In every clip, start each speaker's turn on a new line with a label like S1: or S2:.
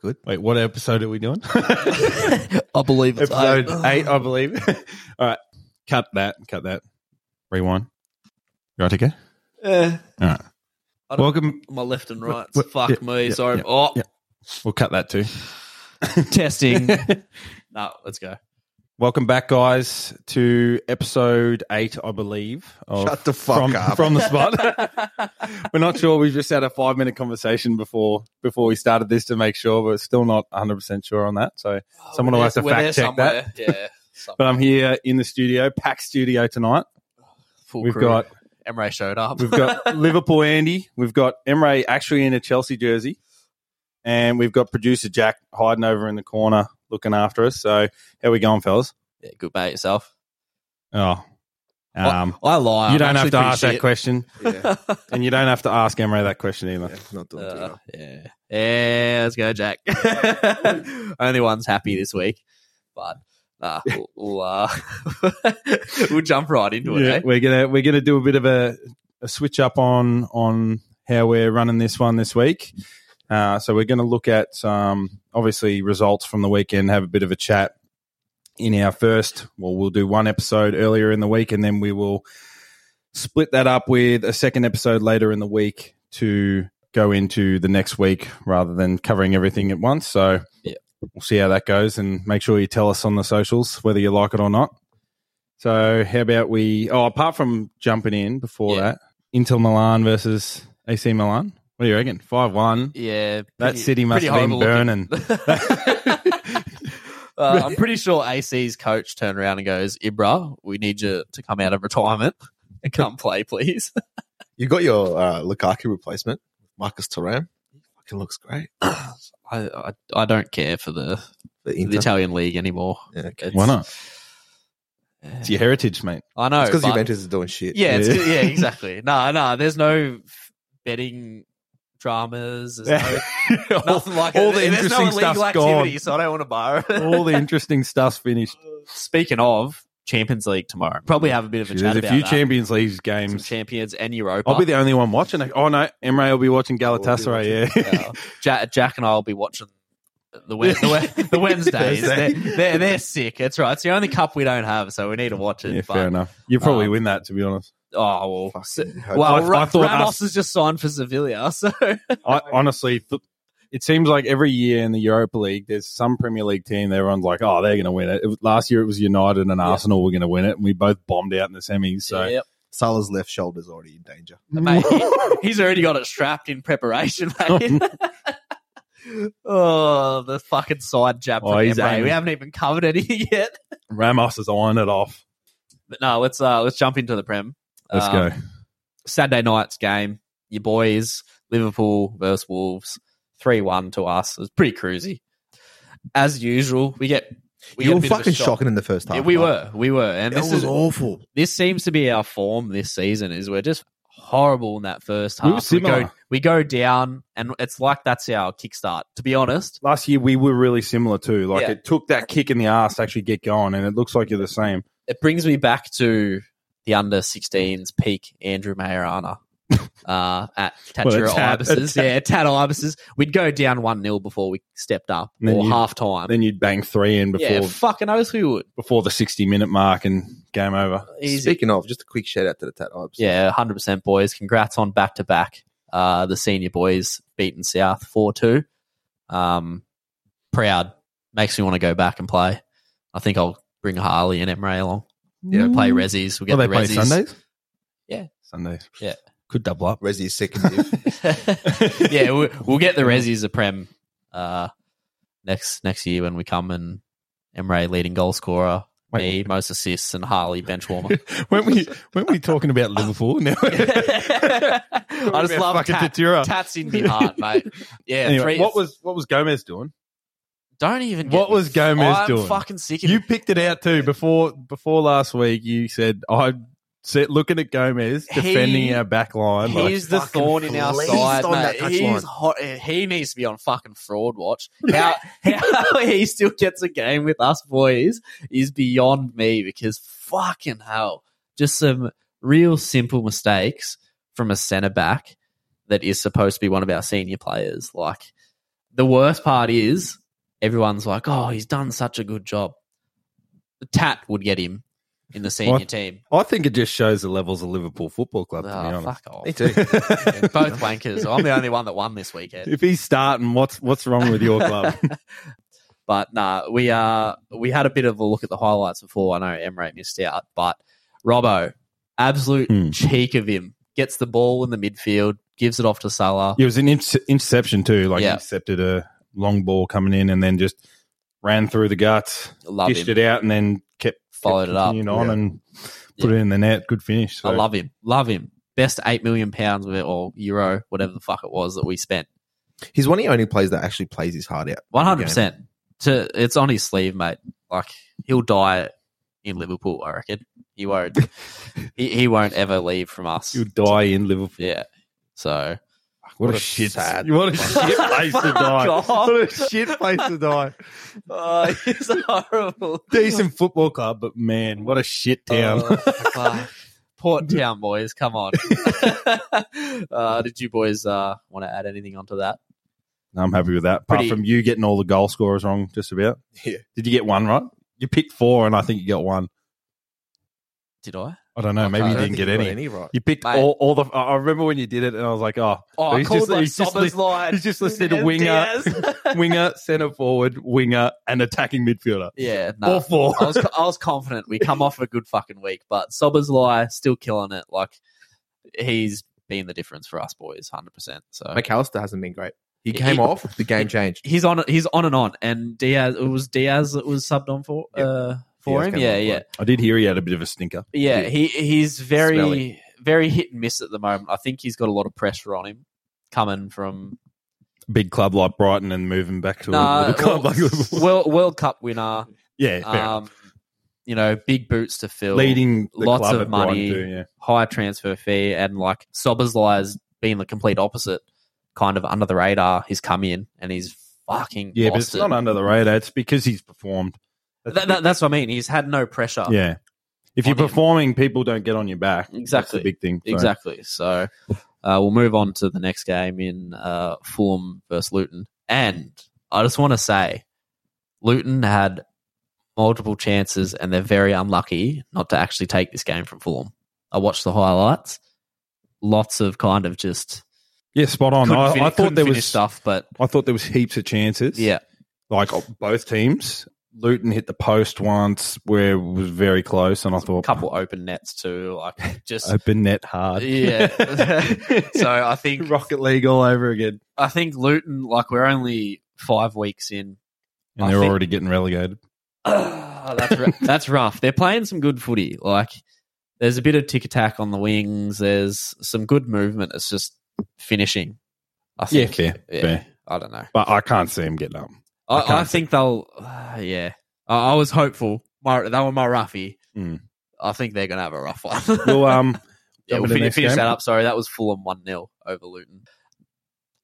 S1: good.
S2: Wait, what episode are we doing? oh.
S1: I believe it's
S2: episode eight,
S1: eight.
S2: I believe. All right, cut that, cut that. Rewind. You right to go?
S1: Yeah.
S2: All right.
S1: I don't-
S2: Welcome.
S1: Uh, My left and right.
S2: Wha-
S1: Fuck
S2: yeah,
S1: me.
S2: yeah,
S1: Sorry.
S2: yeah,
S1: oh,
S2: yeah. We'll cut that too.
S1: testing. no, let's go.
S2: Welcome back, guys, to episode eight, I believe. Of
S3: Shut the fuck
S2: from,
S3: up.
S2: From the spot. We're not sure. We've just had a five minute conversation before before we started this to make sure. We're still not 100% sure on that. So, Someone will
S1: We're
S2: have to
S1: there- we're
S2: fact
S1: there
S2: check that.
S1: somewhere. Yeah.
S2: But I'm here in the studio, packed studio tonight.
S1: Full
S2: We've
S1: crew.
S2: got
S1: Emre showed up.
S2: We've got Liverpool Andy. We've got Emre actually in a Chelsea jersey. And we've got producer Jack hiding over in the corner looking after us. So how we going, fellas?
S1: yeah, good mate yourself.
S2: Oh. Um,
S1: I lie.
S2: you
S1: I'm
S2: don't have
S1: actually
S2: to ask
S1: pretty
S2: that question.
S3: Yeah,
S2: And you don't have to ask Emre that question either.
S3: yeah, not doing too
S1: Uh,
S3: well.
S1: yeah. Yeah, let's go, Jack. Only one's happy this week. But nah, we'll, we'll, uh, we'll jump right into it.
S2: Yeah,
S1: eh?
S2: we're gonna we're gonna do a bit of a, a switch up on on how we're running this one this week. Uh, so we're gonna look at um, obviously results from the weekend, have a bit of a chat in our first. Well, we'll do one episode earlier in the week, and then we will split that up with a second episode later in the week to go into the next week rather than covering everything at once. So
S1: Yeah.
S2: we'll see how that goes, and make sure you tell us on the socials whether you like it or not. So how about we? Oh, apart from jumping in before
S1: Yeah.
S2: that, Inter Milan versus AC Milan. What do you reckon? Five one.
S1: Yeah,
S2: That
S1: pretty-
S2: city must
S1: pretty
S2: have been
S1: horrible looking. uh, I'm pretty sure AC's coach turned around and goes, "Ibra, we need you to come out of retirement and come play, please."
S3: You got your uh, Lukaku replacement, Marcus Thuram. Fucking looks great.
S1: I, I I don't care for the,
S3: The
S1: the
S3: Inter.
S1: Italian league anymore.
S3: yeah, okay.
S2: Why not?
S1: Yeah.
S2: It's your heritage, mate.
S1: I know
S3: It's because
S1: but-
S3: Juventus is doing shit.
S1: Yeah, it's,
S2: Yeah.
S1: yeah, exactly. No, no, there's no betting dramas. There's no, nothing like
S2: all
S1: it.
S2: the
S1: There's
S2: interesting
S1: no illegal
S2: stuff's
S1: activity,
S2: gone.
S1: so I don't want to borrow. it.
S2: All the interesting stuff's finished.
S1: Speaking of Champions League tomorrow, probably have a bit of a
S2: There's
S1: chat
S2: a
S1: about
S2: few
S1: that.
S2: Champions League
S1: Some
S2: games.
S1: champions and Europa.
S2: I'll be the only one watching. it. Oh no, Emre will be watching
S3: We'll be
S2: Galatasaray.
S3: watching.
S2: yeah,
S1: Uh, Ja- Jack and I will be watching the Wed- the, Wed- the Wednesdays. they're, they're they're sick. That's right. It's the only cup we don't have, so we need to watch it.
S2: yeah,
S1: but,
S2: fair enough. You probably
S1: um,
S2: win that, to be honest.
S1: Oh well.
S3: Fucking hell.
S1: well,
S2: I-
S1: Ra-
S2: I thought
S1: Ramos
S2: us-
S1: has just signed for Sevilla, so
S2: I honestly, th- it seems like every year in the Europa League, there's some Premier League team that everyone's like, "Oh, they're going to win it." it was, last year, it was United and Arsenal were going to win it, and we both bombed out in the semis. So,
S1: Yep.
S3: Salah's left shoulder's already in danger.
S1: Mate, he- he's already got it strapped in preparation, mate. oh, the fucking side jab
S2: Oh,
S1: from
S2: he's
S1: Emre.
S2: aiming.
S1: We haven't even covered anything yet.
S2: Ramos has ironed it off.
S1: But no, let's uh, let's jump into the prem.
S2: Let's
S1: Um,
S2: go.
S1: Saturday night's game. Your boys, Liverpool versus Wolves, three one to us. It was pretty cruisy, as usual. We get we
S3: you
S1: get a
S3: were
S1: bit of a
S3: fucking
S1: shock.
S3: shocking in the first half.
S1: Yeah, we
S3: mate.
S1: were, we were, and
S3: That
S1: this
S3: was
S1: is
S3: awful.
S1: this seems to be our form this season. Is we're just horrible in that first
S2: We were
S1: half. We, go
S2: similar.
S1: we go down, and it's like that's our kickstart. To be honest,
S2: Last year, we were really similar too. Like
S1: Yeah.
S2: it took that kick in the ass to actually get going, and it looks like you're the same.
S1: it brings me back to the under 16s peak Andrew Mayerana uh, at Tatcher
S2: a tad- a
S1: Ibis's.
S2: tad.
S1: Yeah, Tad Ibis's. We'd go down 1 0 before we stepped up
S2: And then
S1: or
S2: you-
S1: half time.
S2: Then you'd bang three in before
S1: Yeah, fucking oath we would.
S2: before the 60 minute mark, and game over.
S1: Easy.
S3: Speaking of, just a quick shout out to the Tat Ibs.
S1: Yeah, 100% boys. Congrats on back to back. Uh, The senior boys beaten South 4 2. Um, proud. Makes me want to go back and play. I think I'll bring Harley and Emre along. Yeah, play Rezzies. We'll get
S2: Oh, they
S1: the
S2: play
S1: Rezzies.
S2: Sundays.
S1: Yeah.
S2: Sundays.
S1: Yeah.
S2: could double up.
S3: Resi is second div.
S1: yeah, we'll, we'll get the Rezzies a prem uh, next next year when we come and Emre leading goal scorer, me
S2: Wait.
S1: most assists, and Harley bench warmer.
S2: weren't we weren't we talking about Liverpool? Now
S1: I just love
S2: fucking
S1: tat,
S2: Tatura.
S1: tats in me heart, mate. Yeah,
S2: anyway,
S1: three,
S2: what was what was Gomez doing?
S1: don't even get
S2: what
S1: me-
S2: was Gomez
S1: I'm
S2: doing?
S1: Fucking sick. Of
S2: You
S1: you,
S2: picked it out too before before last week. You said I said looking at Gomez
S1: He-
S2: defending our back line. like,
S1: he's the
S3: fucking
S1: thorn in our
S3: fleeced
S1: side,
S3: on that
S1: mate. He's
S3: touchline.
S1: hot. He needs to be on fucking fraud watch. How, how he still gets a game with us boys is beyond me because fucking hell, just some real simple mistakes from a centre back that is supposed to be one of our senior players. Like the worst part is everyone's like, oh, he's done such a good job. The tat would get him in the senior
S2: What?
S1: team.
S2: I think it just shows the levels of Liverpool Football Club. To be
S1: Oh,
S2: honest.
S1: fuck off.
S3: Me too.
S1: Yeah, Both wankers. I'm the only one that won this weekend.
S2: If he's starting, what's what's wrong with your club?
S1: But nah, we uh we had a bit of a look at the highlights before. I know Emrate missed out, but Robbo, absolute
S2: Hmm.
S1: cheek of him, gets the ball in the midfield, gives it off to Salah.
S2: it was an inter- interception too. Like
S1: Yeah.
S2: intercepted a long ball coming in, and then just ran through the guts,
S1: Love
S2: dished
S1: him.
S2: it out, and then kept
S1: Followed it up.
S2: continuing on
S3: Yeah.
S2: and put it in the net. Good finish.
S1: I
S2: So-
S1: love him. Love him. Best eight million pounds of it or euro, whatever the fuck it was that we spent.
S3: He's one of the only players that actually plays his heart out.
S1: One hundred percent. To it's on his sleeve, mate. Like he'll die in Liverpool, I reckon. He won't he, he won't ever leave from us.
S2: You'll die in Liverpool.
S1: Yeah. So
S2: What,
S3: What
S2: a,
S3: a
S2: shit.
S3: sad-
S2: What a shit place to
S1: Fuck
S2: die.
S1: off.
S2: What a shit place to
S3: Uh,
S2: die.
S1: Oh, he's horrible.
S2: Decent football club, but man, what a shit town.
S1: Oh, fuck. Port Town boys, come on. uh, did you boys uh, want to add anything onto that?
S2: No, I'm happy with that. Apart
S1: Pretty-
S2: from you getting all the goal scorers wrong, just about.
S3: Yeah.
S2: Did you get one right? You picked four, and I think you got one.
S1: Did I?
S2: I don't know.
S1: Okay.
S2: Maybe
S1: I
S2: you
S1: don't
S2: didn't get any.
S3: right.
S2: You picked
S1: Mate.
S2: all, all the. I I remember when you did it, and I was like, "Oh,
S1: Oh,
S2: He's
S1: I called
S2: just-
S1: my
S2: he's just
S1: Sobbers
S2: lit-
S1: line.
S2: he's just listed
S1: Diaz.
S2: winger. winger, centre forward, winger, and attacking midfielder.
S1: yeah, no.
S2: All four.
S1: I was, I was confident we come off a good fucking week, but Sobbers lie still killing it. Like he's been the difference for us boys, hundred percent. So
S3: McAllister hasn't been great. He
S1: He-
S3: came
S1: he-
S3: off, the game changed.
S1: he's on he's on and on. And Diaz, it was Diaz that was subbed on for
S3: Yep.
S1: uh, for
S3: Diaz
S1: him.
S3: came
S1: Yeah,
S3: on,
S1: yeah.
S3: right.
S2: I did hear he had a bit of a stinker.
S1: Yeah,
S3: Yeah.
S1: he he's very
S3: Smelly.
S1: very hit and miss at the moment. I think he's got a lot of pressure on him coming from
S2: Big club like Brighton and moving back to a
S1: Nah,
S2: little club like
S1: well,
S2: Liverpool.
S1: World, World Cup winner.
S2: yeah, fair enough.
S1: Um, you know, big boots to fill,
S2: leading the
S1: lots
S2: club
S1: of
S2: at Brighton
S1: money.
S2: too, yeah.
S1: high transfer fee, and like Sobersly's being the complete opposite, kind of under the radar. He's come in and he's fucking
S2: Yeah, but
S1: lost
S2: it's
S1: it.
S2: not under the radar. It's because he's performed.
S1: That- that- that's what I mean. He's had no pressure.
S2: yeah. If you're
S1: on him.
S2: performing, people don't get on your back. That's
S1: Exactly.
S2: the big thing. So,
S1: Exactly. So uh, we'll move on to the next game in uh, Fulham versus Luton. And I just want to say, Luton had multiple chances and they're very unlucky not to actually take this game from Fulham. I watched the highlights. Lots of kind of just
S2: Yeah, spot on.
S1: couldn't
S2: Oh, I,
S1: fin-
S2: I
S1: couldn't
S2: thought there
S1: finish
S2: was
S1: stuff, but
S2: I thought there was heaps of chances.
S1: yeah,
S2: like oh, both teams. Luton hit the post once, where it was very close, and I
S1: a
S2: thought
S1: couple open nets too. Like just
S2: open net hard.
S1: yeah. so I think
S2: Rocket League all over again.
S1: I think Luton like we're only five weeks in.
S2: and
S1: I
S2: they're
S1: think-
S2: already getting relegated.
S1: Ah, that's r- that's rough. They're playing some good footy. Like there's a bit of tick attack on the wings. There's some good movement. It's just finishing. I think.
S2: fair, fair.
S1: I don't know.
S2: But I can't see him getting up. I can't
S1: I, I think they'll. ah, yeah, I, I was hopeful. My, they were my roughie.
S2: Mm.
S1: I think they're gonna have a rough one.
S2: Well, um,
S1: yeah,
S2: jump
S1: we'll
S2: into
S1: fin-
S2: next
S1: finish
S2: game.
S1: that up. Sorry, that was Fulham one 0 over Luton.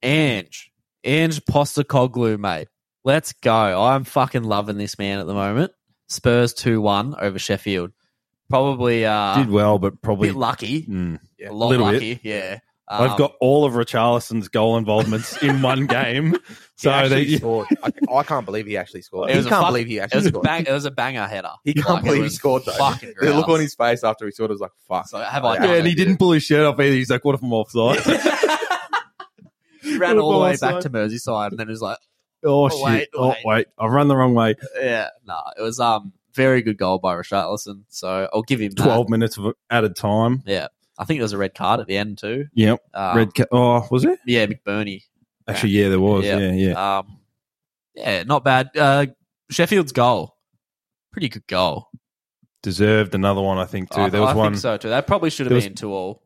S1: Ange, Ange Postacoglu, mate. Let's go. I'm fucking loving this man at the moment. Spurs two one over Sheffield. Probably uh,
S2: did well, but
S1: a
S2: probably
S1: bit um, lucky.
S2: Mm.
S1: A lot
S2: little
S1: lucky. Yeah. Um,
S2: I've got all of Richarlison's goal involvements in one game, so
S3: he
S2: that
S3: actually
S2: you,
S3: scored. I, I can't believe he actually scored.
S1: It
S3: He
S1: was a
S3: can't
S1: fuck-
S3: believe he
S1: It
S3: actually
S1: was, a
S3: scored.
S1: bang, it was a banger header.
S3: He can't
S1: Like, it
S3: believe he
S1: was
S3: scored though.
S1: Fucking
S3: The look
S1: grouse.
S3: on his face after he saw it was like, "Fuck."
S1: So have I
S3: Yeah,
S1: done
S2: yeah, and he
S1: it?
S2: didn't pull his shirt off either. He's like, "What if I'm offside?"
S1: Ran all the way
S2: Offside.
S1: back to Merseyside and then it was like,
S2: oh, shit!
S1: wait,
S2: oh
S1: wait. Uh,
S2: wait, I've run the wrong way.
S1: yeah, no, it was um very good goal by Richarlison. So I'll give him that.
S2: Twelve minutes of added time.
S1: Yeah, I think there was a red card at the end too.
S2: Yep,
S1: Um,
S2: red. Ca- oh, was it?
S1: yeah, McBurney.
S2: Actually, yeah, there was.
S1: Yeah.
S2: Yeah, yeah.
S1: Um, yeah, not bad. Uh, Sheffield's goal, pretty good goal.
S2: Deserved another one, I think. Too.
S1: I,
S2: there was
S1: Uh, I
S2: one.
S1: think so too. That probably should have
S2: There was-
S1: been two all.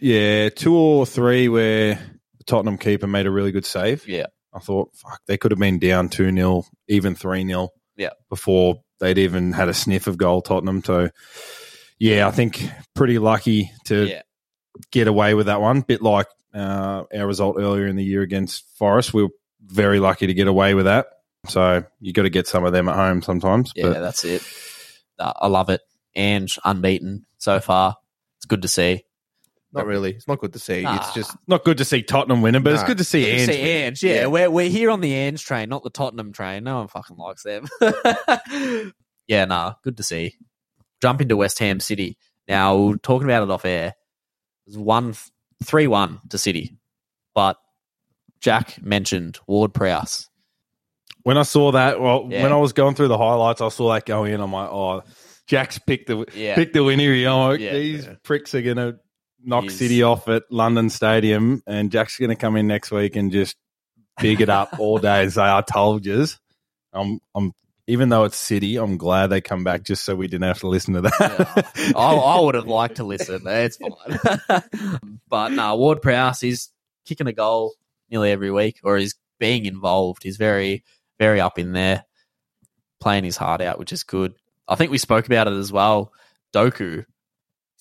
S2: Yeah, two or three where the Tottenham keeper made a really good save.
S1: Yeah,
S2: I thought, fuck, they could have been down 2 0, even 3 0
S1: Yeah.
S2: before they'd even had a sniff of goal, Tottenham. So, yeah, I think pretty lucky to
S1: yeah,
S2: get away with that one. Bit like uh, our result earlier in the year against Forest. We were very lucky to get away with that. So, you got to get some of them at home sometimes.
S1: yeah, that's it. Uh, I love it. And unbeaten so far. It's good to see.
S3: Not really. It's not good to see.
S1: Nah.
S3: It's just
S2: Not good to see Tottenham winning, but it's
S3: No.
S2: good to see
S1: You
S2: Ange.
S1: see Ange, yeah,
S3: Yeah.
S1: We're, we're here on the Ange train, not the Tottenham train. No one fucking likes them. yeah, nah, good to see. Jump into West Ham City. Now, we were talking about it off air, it was one, 3 1 to City, but Jack mentioned Ward Prowse.
S2: When I saw that, well,
S1: Yeah.
S2: when I was going through the highlights, I saw that go in. I'm like, oh, Jack's picked the
S1: Yeah.
S2: picked the winner. here. I'm like,
S1: Yeah,
S2: these
S1: yeah.
S2: pricks are gonna knock
S1: He's-
S2: City off at London Stadium, and Jack's gonna come in next week and just big it up all day and say, "I told yous." I'm, I'm. Even though it's City, I'm glad they come back just so we didn't have to listen to that.
S1: I, I would have liked to listen. It's fine. but no, Ward Prowse, he's kicking a goal nearly every week, or he's being involved. He's very, very up in there, playing his heart out, which is good. I think we spoke about it as well. Doku he's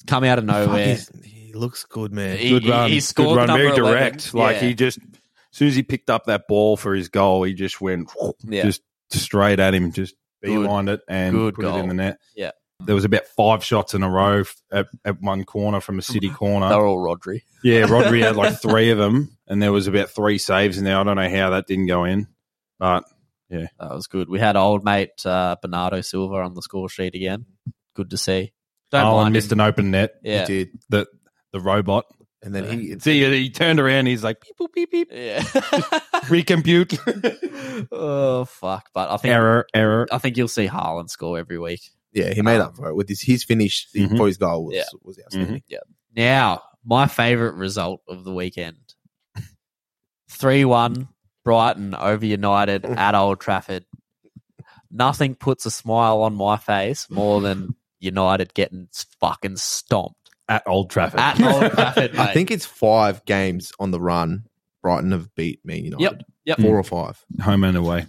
S1: come out of
S3: Fuck,
S1: nowhere.
S3: he's- he looks good, man.
S1: He-
S2: good run.
S1: he scored
S2: good run.
S1: number
S2: Very
S1: 11.
S2: direct. Like
S1: Yeah.
S2: he just, as soon as he picked up that ball for his goal, he just went
S1: Yeah.
S2: just straight at him, just
S1: Good.
S2: beelined it and
S1: Good
S2: put it
S1: goal.
S2: in the net.
S1: Yeah.
S2: There was about five shots in a row f- at, at one corner from a city
S1: They're
S2: corner.
S1: all Rodri.
S2: Yeah, Rodri had like three of them, and there was about three saves in there. I don't know how that didn't go in, but
S1: That was good. We had old mate uh, Bernardo Silva on the score sheet again. Good to see. Don't
S2: oh, I
S1: mind
S2: missed
S1: him.
S2: an open net.
S1: Yeah.
S3: He did,
S2: The the robot.
S3: and then he it's
S2: See, he turned around. He's like, beep, boop, beep, beep.
S1: Yeah.
S2: Recompute.
S1: oh fuck! But I think
S2: error, error.
S1: I think you'll see Haaland score every week.
S3: yeah, he made up for it with his his finish
S2: Mhm.
S3: for his goal was
S1: Yeah.
S3: was outstanding.
S1: Now, my favourite result of the weekend 3 1 Brighton over United at Old Trafford. Nothing puts a smile on my face more than United getting s- fucking stomped
S2: At Old Trafford.
S1: at Old Trafford, mate.
S3: I think it's five games on the run. Brighton have beat Man United.
S1: Yep, yep.
S3: Four or five.
S2: home and away.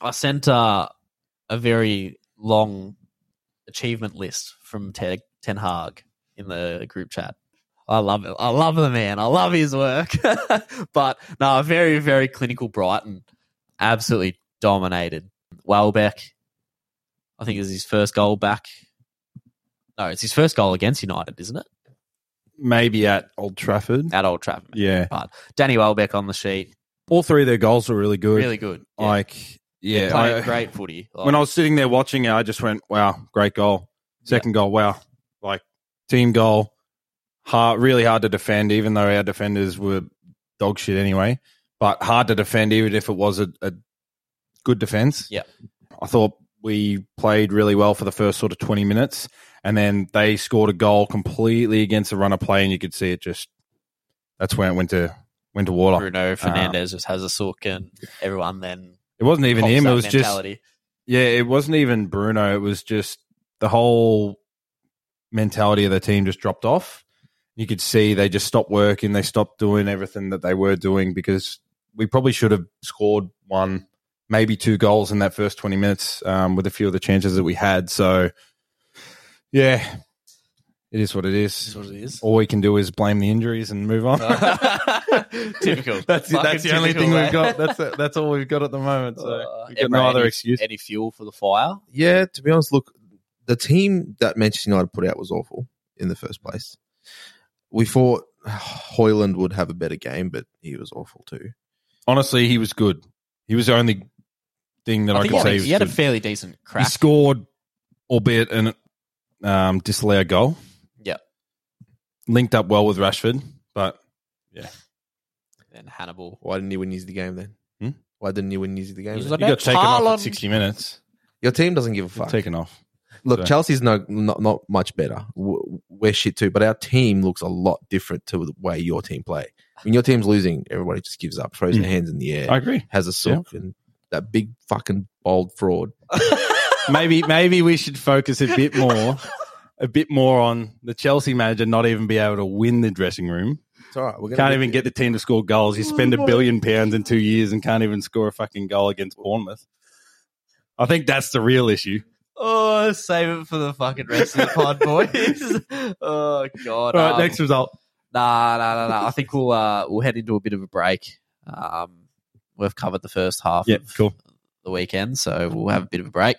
S1: I sent uh, a very long achievement list from Ted, Ten Hag in the group chat. I love it. I love the man. I love his work. but no, a very, very clinical Brighton. Absolutely dominated. Welbeck, I think, is his first goal back. No, it's his first goal against United, isn't it?
S2: Maybe at Old Trafford.
S1: At Old Trafford.
S2: Yeah.
S1: Danny Welbeck on the sheet.
S2: All three of their goals were really good.
S1: Really good. Yeah.
S2: Like, yeah.
S1: Playing
S2: I-
S1: great footy. Like,
S2: When I was sitting there watching it, I just went, wow, great goal. Second goal, wow. Like, team goal. Hard, really hard to defend, even though our defenders were dog shit anyway. But hard to defend, even if it was a, a good defense.
S1: Yeah.
S2: I thought we played really well for the first sort of 20 minutes. And then they scored a goal completely against the runner play, and you could see it just. That's when it went to went to water.
S1: Bruno Fernandez just has a sook and everyone then
S2: It wasn't even
S1: pops
S2: him. It
S1: that
S2: was just
S1: mentality.
S2: yeah. It wasn't even Bruno. It was just the whole mentality of the team just dropped off. You could see they just stopped working. They stopped doing everything that they were doing because we probably should have scored one, maybe two goals in that first twenty minutes um, with a few of the chances that we had. So yeah, it is what it is.
S1: what it is.
S2: All we can do is blame the injuries and move on.
S1: Uh, typical.
S2: That's
S1: Fucking
S2: that's the only
S1: typical,
S2: thing
S1: eh?
S2: we've got. That's that's all we've got at the moment. So
S1: Uh,
S2: we've got no
S1: Emre,
S2: other
S1: any-
S2: excuse.
S1: Any fuel for the fire?
S3: Yeah, to be honest, look, the team that Manchester United put out was awful in the first place. We thought Hoyland would have a better game, but he was awful too.
S2: Honestly, he was good. He was the only thing that I,
S1: I think
S2: could
S1: he
S2: say.
S1: had,
S2: was
S1: he had a
S2: good.
S1: fairly decent
S2: He
S1: crack.
S2: scored, albeit an um, disallowed goal.
S1: Yeah.
S2: linked up well with Rashford, but
S1: And Hannibal.
S3: Why didn't he win Yeezy the game then?
S2: Hmm?
S3: Why didn't he win Yeezy the game?
S1: He's like-
S3: then?
S2: he got taken off
S1: Haaland-
S2: at sixty minutes.
S3: Your team doesn't give a fuck.
S2: Taken off.
S3: Look,
S2: So-
S3: Chelsea's no not, not much better. W- We're shit too, but our team looks a lot different to the way your team play. When your team's losing, everybody just gives up, throws
S2: Hmm.
S3: their hands in the air,
S2: I agree.
S3: has a sook, and that big fucking bold fraud.
S2: maybe maybe we should focus a bit more, a bit more on the Chelsea manager not even be able to win the dressing room.
S3: It's all right. We're gonna
S2: Can't even get the team to score goals. You spend a billion pounds in two years and can't even score a fucking goal against Bournemouth. I think that's the real issue.
S1: Oh, save it for the fucking rest of the pod, boys. oh god.
S2: All right,
S1: um,
S2: next result.
S1: Nah, nah, nah, nah. I think we'll uh, we'll head into a bit of a break. Um, we've covered the first half
S2: Yeah,
S1: of
S2: cool.
S1: the weekend, so we'll have a bit of a break.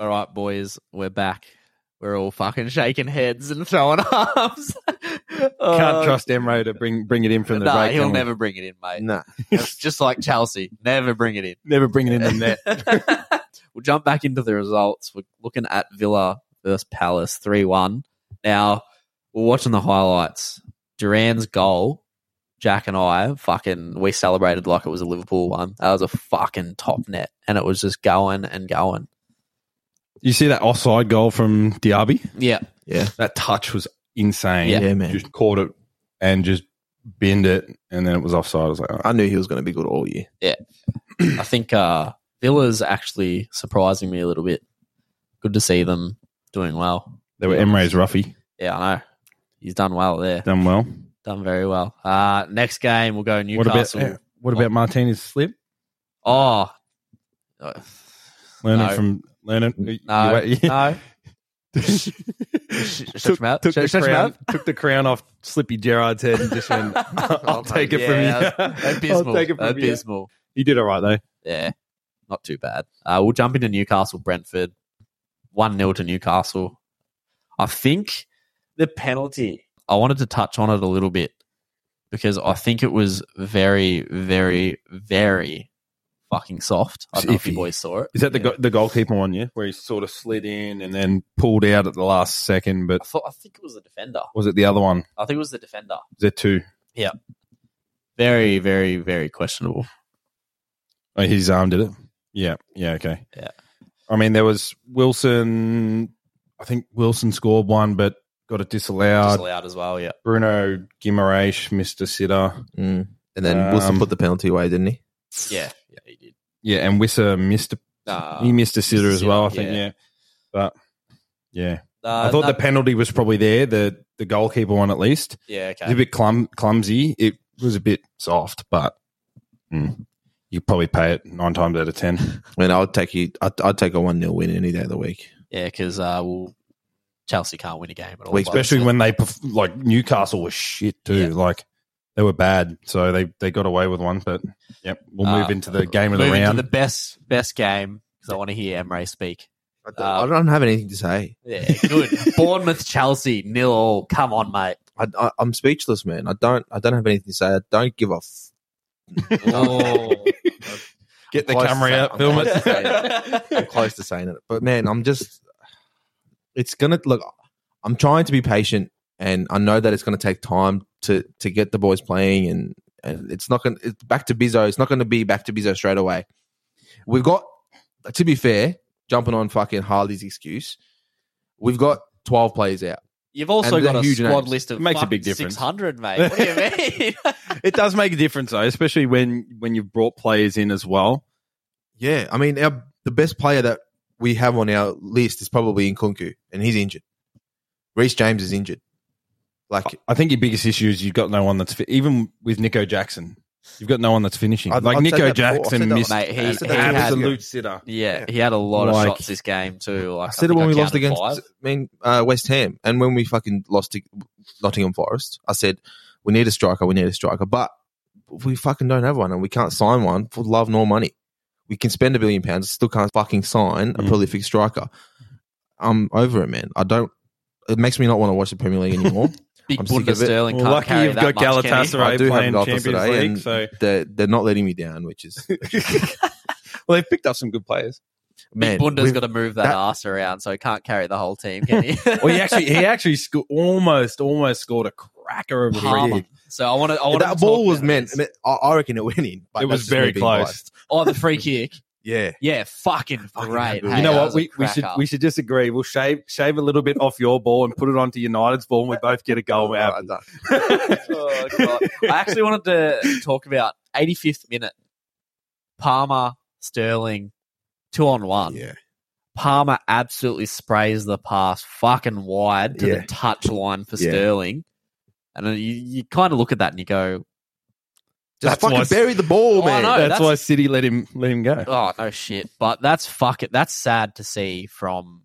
S1: right, boys, we're back. We're all fucking shaking heads and throwing arms. Uh,
S2: Can't trust Emre to bring bring it in from the
S1: Nah,
S2: break.
S1: he'll
S2: can we?
S1: never bring it in, mate.
S3: Nah.
S1: It's just like Chelsea. Never bring it in.
S2: never bring it in the net.
S1: we'll jump back into the results. We're looking at Villa versus Palace 3 1. Now, we're watching the highlights. Duran's goal, Jack and I fucking, we celebrated like it was a Liverpool one. That was a fucking top net. And it was just going and going.
S2: You see that offside goal from Diaby?
S1: Yeah.
S2: That touch was insane.
S1: Yeah.
S3: Yeah, man.
S2: Just caught it and just binned it, and then it was offside. I was like, oh.
S3: I knew he was going to be good all year.
S1: I think uh, Villa's actually surprising me a little bit. Good to see them doing well.
S2: they were Emre's roughy.
S1: Yeah, I know. He's done well there.
S2: Done well.
S1: Done very well. Uh, next game, we'll go
S2: What about
S1: Newcastle.
S2: eh, what about Martinez slip?
S1: Oh. Uh,
S2: Learning
S1: No.
S2: from learning. you-
S1: No.
S2: you-
S1: No.
S2: took,
S1: him out.
S2: took
S1: Sh-
S2: the
S1: stretch him
S2: crown,
S1: out.
S2: took the crown off Slippy Gerard's head and just went, I'll,
S1: I'll
S2: take
S1: take
S2: it from
S1: it.
S2: you.
S1: "Oh, Abysmal.
S2: I'll take it from you.
S1: Abysmal.
S2: You did all right, though.
S1: Yeah. Not too bad. Uh, we'll jump into Newcastle Brentford. 1 0 to Newcastle. I think the penalty, I wanted to touch on it a little bit because I think it was very, very, very fucking soft. I don't know if you
S2: Iffy.
S1: boys saw it.
S2: Is that the,
S1: Yeah.
S2: go- the goalkeeper one, yeah? Where he sort of slid in and then pulled out at the last second, but
S1: I, thought, I think it was the defender.
S2: was it the other one?
S1: I think it was the defender.
S2: Is there two?
S1: Very, very, very questionable.
S2: Oh, his arm did it. Yeah. Yeah. Okay.
S1: Yeah.
S2: I mean, there was Wilson. I think Wilson scored one, but got it disallowed.
S1: Disallowed as well, yeah.
S2: Bruno Guimaraes missed a sitter.
S3: Mm. And then Wilson
S2: Um,
S3: put the penalty away, didn't he?
S1: Yeah, yeah, he did.
S2: Yeah, and Wissa missed a,
S1: Nah.
S2: he missed a sitter as well. I
S1: sitter,
S2: think.
S1: yeah.
S2: Yeah. But yeah,
S1: Uh,
S2: I thought
S1: no-
S2: the penalty was probably there. The the goalkeeper one at least.
S1: yeah,
S2: It was a
S1: okay.
S2: bit clum, clumsy. It was a bit soft, but mm, you probably pay it nine times out of ten.
S3: I mean, I'd take you. I'd, I'd take a one 0 win any day of the week.
S1: Yeah, because uh, well, Chelsea can't win a game at all.
S3: Well,
S2: especially when they perf- like Newcastle was shit too.
S1: Yeah.
S2: Like they were bad, so they they got away with one. But yep, we'll
S1: Uh,
S2: Ah. move into the game of the
S1: Move into
S2: round.
S1: the best best game because I want to hear Emre speak.
S3: I don't,
S1: Uh,
S3: I don't have anything to say.
S1: Yeah, good. Bournemouth, Chelsea, nil all. Come on, mate.
S3: I, I, I'm speechless, man. I don't. I don't have anything to say. I don't give a. F-
S1: Oh.
S2: Get the
S3: I'm close
S2: camera
S3: to say-
S2: out,
S3: I'm
S2: film
S3: close to say
S2: it.
S3: I'm close to saying it, but man, I'm just. It's gonna look. I'm trying to be patient, and I know that it's gonna take time to to get the boys playing, and and it's not gonna. It's back to Bizzo. It's not gonna be back to Bizzo straight away. We've got. To be fair, jumping on fucking Harley's excuse, we've got 12 players out.
S1: You've also
S3: And
S1: got a
S3: they're huge
S1: squad
S3: names.
S1: list of
S2: It makes a big
S1: fucking
S2: difference.
S1: 600, mate. What do you mean?
S2: it does make a difference though, especially when when you've brought players in as well.
S3: Yeah, I mean, our, the best player that we have on our list is probably Nkunku, and he's injured. Reece James is injured. Like,
S2: I think your biggest issue is you've got no one that's fit. Even with Nico Jackson, you've got no one that's finishing.
S3: I've-
S2: like
S3: I've said
S2: Nico
S3: that before. I've said
S2: Jackson
S3: that,
S2: missed
S1: mate, he,
S3: I
S1: he
S3: said
S2: an
S3: that
S1: had,
S3: years ago.
S2: absolute sitter.
S1: yeah, he had a lot
S2: Like-
S1: of shots this game too. Like,
S3: I said it
S1: think
S3: when
S1: I
S3: we lost
S1: counted
S3: against,
S1: five.
S3: I mean, uh, West Ham, and when we fucking lost to Nottingham Forest. I said we need a striker, we need a striker, but we fucking don't have one, and we can't sign one for love nor money. We can spend a billion pounds, still can't fucking sign a
S2: Mm.
S3: prolific striker. I'm over it, man. I don't. It makes me not want to watch the Premier League anymore.
S1: Big
S3: I'm sick
S1: Bunda
S3: of it.
S1: Sterling
S2: Well,
S1: can't
S2: lucky
S1: carry
S2: you've
S1: that
S2: got
S1: much, can he?
S2: Galatasaray. Right, playing
S3: Galatasaray,
S2: Champions League,
S3: and
S2: so-
S3: they're, they're not letting me down, which is
S2: Well, they've picked up some good players.
S3: man.
S1: Big Bunda's
S3: we've-
S1: got to move that,
S3: that-
S1: ass around, so he can't carry the whole team, can he?
S2: well, he actually he actually sco- almost almost scored a cracker over the
S1: Palmer.
S2: rig.
S1: So I want to. I want
S3: that ball was meant. I I reckon it went in. But
S2: It was
S3: that's just
S2: very
S3: me being
S2: close.
S3: biased.
S1: Oh, the free kick.
S3: Yeah,
S1: Yeah, fucking
S3: Fucking
S1: great.
S3: good.
S1: Hey,
S2: you know
S1: that
S2: what?
S1: was a
S2: We, we should
S1: cracker.
S2: we should disagree. We'll shave shave a little bit off your ball and put it onto United's ball, and we both get a goal out.
S3: Right,
S1: Oh, God. I actually wanted to talk about 85th minute. Palmer Sterling, two on one.
S3: yeah,
S1: Palmer absolutely sprays the pass fucking wide to
S3: Yeah.
S1: the touch line for
S3: Yeah.
S1: Sterling, and then you, you kind of look at that and you go,
S3: just
S2: That's
S3: fucking
S2: why-
S3: bury the ball,
S1: Oh, I
S3: man.
S1: know.
S2: that's,
S1: that's-
S2: why City let him let him go.
S1: "Oh no, shit!" But that's fuck it. That's sad to see from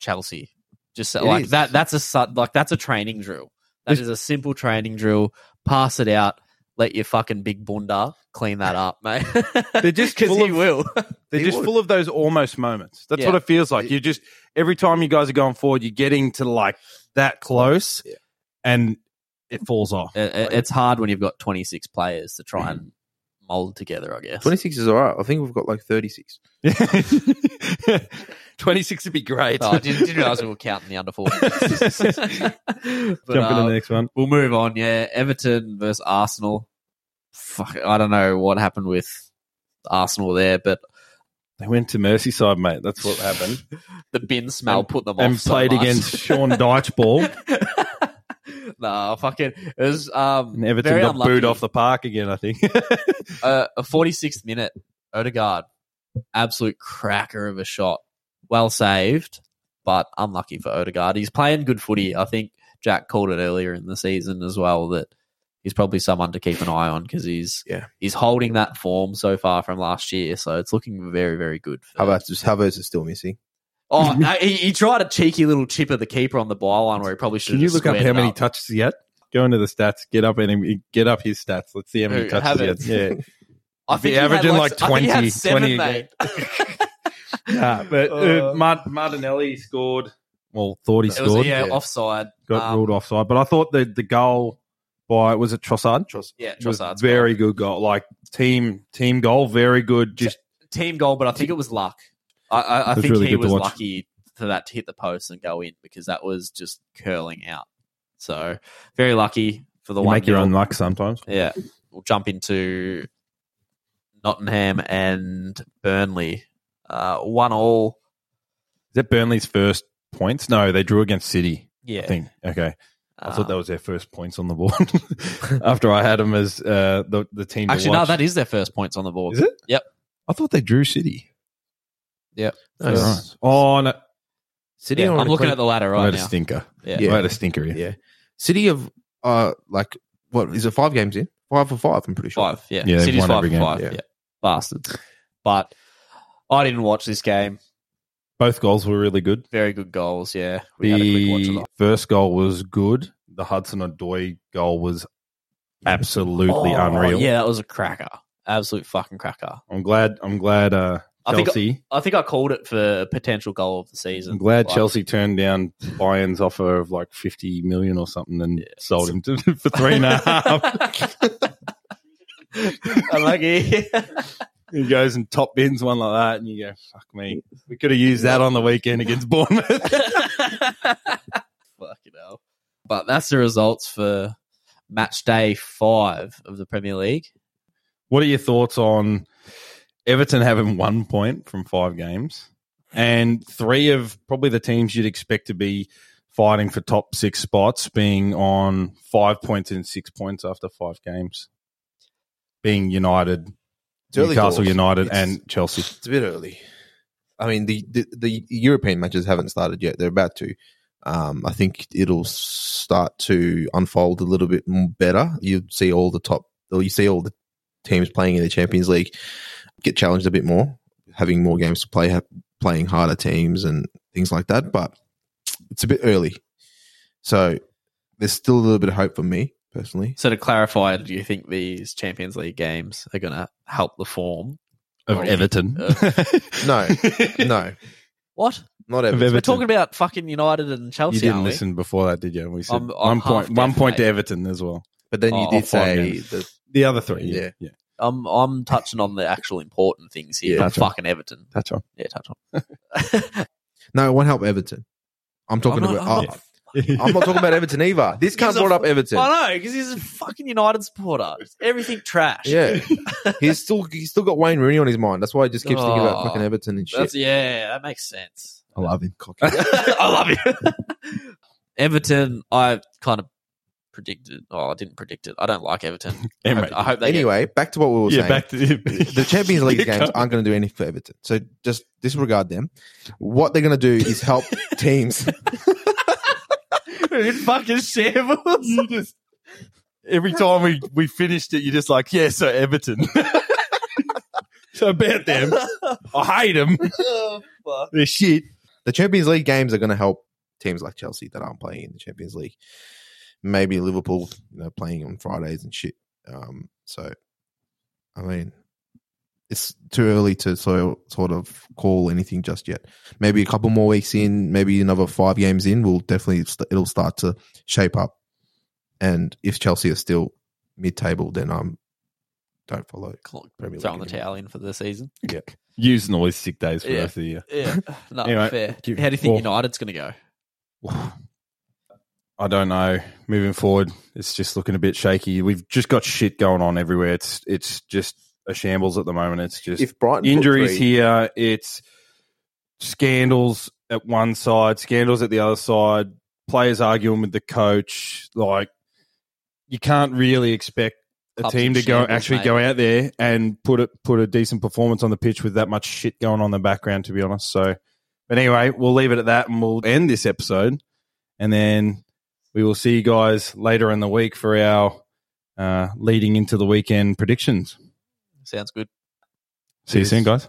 S1: Chelsea. Just so-
S3: It
S1: like
S3: is.
S1: that. That's a su- like that's a training drill. That
S2: This-
S1: is a simple training drill. Pass it out. Let your fucking big bunda clean that up, mate.
S2: They're just
S1: because
S2: full
S1: he
S2: of-
S1: will.
S2: They're
S3: He
S2: just
S3: would.
S2: full of those almost moments. That's
S1: Yeah.
S2: what it feels like. You just every time you guys are going forward, you're getting to like that close,
S3: Yeah.
S2: and it falls off.
S1: It- it- it's hard when you've got 26 players to try and mold together, I guess.
S3: Twenty six is all right. I think we've got like thirty six.
S2: Twenty six would be great.
S1: Oh, I didn't, didn't realize we were counting the under four. But,
S2: Jumping
S1: uh,
S2: to the next one.
S1: We'll move on. Yeah, Everton versus Arsenal. Fuck, I don't know what happened with Arsenal there, but
S2: They went to Merseyside, mate. That's what happened.
S1: the bin smell
S2: And-
S1: put them
S2: and
S1: off so
S2: played
S1: much.
S2: against Sean Deitch ball.
S1: nah, fucking it was um
S2: And Everton
S1: very
S2: got
S1: unlucky.
S2: booed off the park again, I think.
S1: uh, a 46th minute Odegaard, absolute cracker of a shot, well saved, but unlucky for Odegaard. He's playing good footy. I think Jack called it earlier in the season as well that he's probably someone to keep an eye on because he's
S3: Yeah.
S1: he's holding that form so far from last year. So it's looking very very good. For,
S3: Havertz is Havertz is still missing.
S1: Oh, no, he, he tried a cheeky little chip at the keeper on the byline where he probably should.
S2: Can you look up how many touches he had? Go into the stats. Get up any. Get up his stats. Let's see how many
S1: Who,
S2: touches he had.
S1: Havertz?
S2: Yeah.
S1: I
S2: Be
S1: think he had
S2: averaging like
S1: I think he had
S2: 20,
S1: seven,
S2: 20 a
S1: mate.
S2: Nah, but uh,
S1: Uh,
S2: Mart- Martinelli scored. Well, thought he
S1: it was,
S2: scored.
S1: yeah,
S3: Yeah.
S1: offside.
S2: Got
S1: um,
S2: ruled offside. But I thought the the goal by was it Trossard?
S1: Yeah,
S2: It was
S1: Trossard's goal.
S2: very good goal. Like team team goal. Very good. Just
S1: team goal, but I think it was luck. I, I, I
S2: It was
S1: think
S2: really
S1: he
S2: good to
S1: was
S2: watch.
S1: lucky for that to hit the post and go in because that was just curling out. So very lucky for the
S2: you
S1: one.
S2: make your
S1: nil.
S2: own luck sometimes.
S1: Yeah, we'll jump into Nottingham and Burnley. Uh, one all.
S2: Is that Burnley's first points? No, they drew against City.
S1: Yeah,
S2: I think. Okay. I thought that
S1: Um,
S2: was their first points on the board after I had them as uh, the the team.
S1: actually
S2: to
S1: no.
S2: watch.
S1: That is their first points on the board.
S2: Is it?
S3: I thought they drew City.
S1: Yep.
S3: Nice.
S2: Alright. Oh, no.
S3: City.
S1: Yeah,
S3: are on
S1: I'm
S3: a
S1: looking
S3: clean-
S1: at the ladder
S2: I
S1: right
S2: had a
S1: now.
S2: stinker.
S1: Yeah.
S3: Yeah.
S2: I had a stinker. Yeah,
S3: Yeah. City of uh like what is it five games in? Five for five, I'm pretty sure.
S1: Five, yeah.
S2: Yeah, they've
S1: City's
S2: won
S1: five
S2: every
S1: for
S2: game,
S1: five.
S3: yeah.
S1: Yeah. Bastards. But I didn't watch this game.
S2: both goals were really good.
S1: Very good goals, yeah. We had a quick watch of
S2: The
S1: that.
S2: first goal was good. The Hudson Odoi goal was absolutely
S1: Oh,
S2: unreal.
S1: Yeah, that was a cracker. Absolute fucking cracker.
S2: I'm glad. I'm glad. Uh,
S1: I think-
S2: Chelsea.
S1: I think I called it for potential goal of the
S2: I'm
S1: season.
S2: glad
S1: Like,
S2: Chelsea turned down Bayern's offer of like 50 million or something and sold him to, for three and a half.
S1: Unlucky.
S2: he goes and top bins one like that, and you go, "Fuck me, we could have used that on the weekend against Bournemouth."
S1: Fucking hell. But that's the results for match day five of the Premier League.
S2: What are your thoughts on Everton having one point from five games and three of probably the teams you'd expect to be fighting for top six spots being on five points and six points after five games? Being United,
S3: It's early
S2: Newcastle
S3: doors.
S2: United,
S3: It's-
S2: and Chelsea.
S3: It's a bit early. I mean, the, the, the European matches haven't started yet. They're about to. Um, I think it'll start to unfold a little bit more better. You see all the top, or you see all the teams playing in the Champions League get challenged a bit more, having more games to play, ha- playing harder teams and things like that. But it's a bit early, so there's still a little bit of hope for me personally.
S1: So to clarify, do you think these Champions League games are going to help the form?
S2: Of
S1: Oh.
S2: Everton.
S3: No, no,
S1: What?
S3: not
S2: Of
S3: ever.
S1: We're
S2: Everton.
S1: talking about fucking United and Chelsea.
S2: you didn't
S1: aren't we?
S2: listen before that, did you? We said
S1: I'm- I'm
S2: one
S1: half
S2: point, one
S1: deaf,
S2: point to
S1: mate.
S2: Everton as well.
S3: But then you
S1: Oh,
S3: did
S2: I'll find
S3: say
S2: out.
S3: that
S2: The other three,
S3: Yeah.
S2: yeah, yeah,
S1: I'm I'm touching on the actual important things here.
S3: Yeah,
S1: not
S3: touch on.
S1: fucking Everton.
S2: that's right.
S1: Yeah, touch on.
S3: no, it won't help Everton. I'm talking
S1: I'm not-
S3: about.
S1: I'm
S3: oh, I'm not talking about Everton either. This cunt
S1: He's a-
S3: brought up Everton.
S1: I know because he's a fucking United supporter. Everything trash.
S3: Yeah, he's still he's still got Wayne Rooney on his mind. That's why he just keeps thinking about
S1: Oh,
S3: fucking Everton and shit.
S1: that's yeah, that makes sense.
S3: I love him. Cocky.
S1: I love it. Everton, I kind of predicted. Oh, I didn't predict it. I don't like Everton. I hope,
S2: Anyway,
S1: I hope they get-
S3: anyway, back to what we were
S2: yeah,
S3: saying.
S2: back to
S3: the
S2: the
S3: Champions League games aren't going to do anything for Everton, so just disregard them. What they're going to do is help teams.
S1: Dude, fucking shambles.
S2: Every time we, we finished it, you're just like, yeah, so Everton. so about them. I hate them.
S1: oh, fuck.
S2: They're shit.
S3: The Champions League games are going to help teams like Chelsea that aren't playing in the Champions League. Maybe Liverpool, you know, playing on Fridays and shit. Um, so, I mean, it's too early to so, sort of call anything just yet. Maybe a couple more weeks in, maybe another five games in, will definitely st- it'll start to shape up. And if Chelsea are still mid-table, then I'm don't follow.
S1: Cl-
S3: Premier
S1: Throwing the
S3: League.
S1: towel in for the season.
S2: Using all his sick days for
S1: Yeah.
S2: the rest of the year.
S1: Yeah, no,
S2: Anyway,
S1: fair.
S2: give-
S1: How do you think
S2: well-
S1: United's going to go?
S2: I don't know. Moving forward, it's just looking a bit shaky. We've just got shit going on everywhere. It's it's just a shambles at the moment. It's just
S3: If Brighton put
S2: injuries
S3: three-
S2: here. It's scandals at one side, scandals at the other side. Players arguing with the coach. Like you can't really expect a
S1: Clubs
S2: team
S1: in
S2: to go
S1: shambles,
S2: actually
S1: mate.
S2: go out there and put a, put a decent performance on the pitch with that much shit going on in the background. To be honest, so. But anyway, we'll leave it at that, and we'll end this episode, and then we will see you guys later in the week for our uh, leading into the weekend predictions.
S1: Sounds good.
S2: See you soon, guys.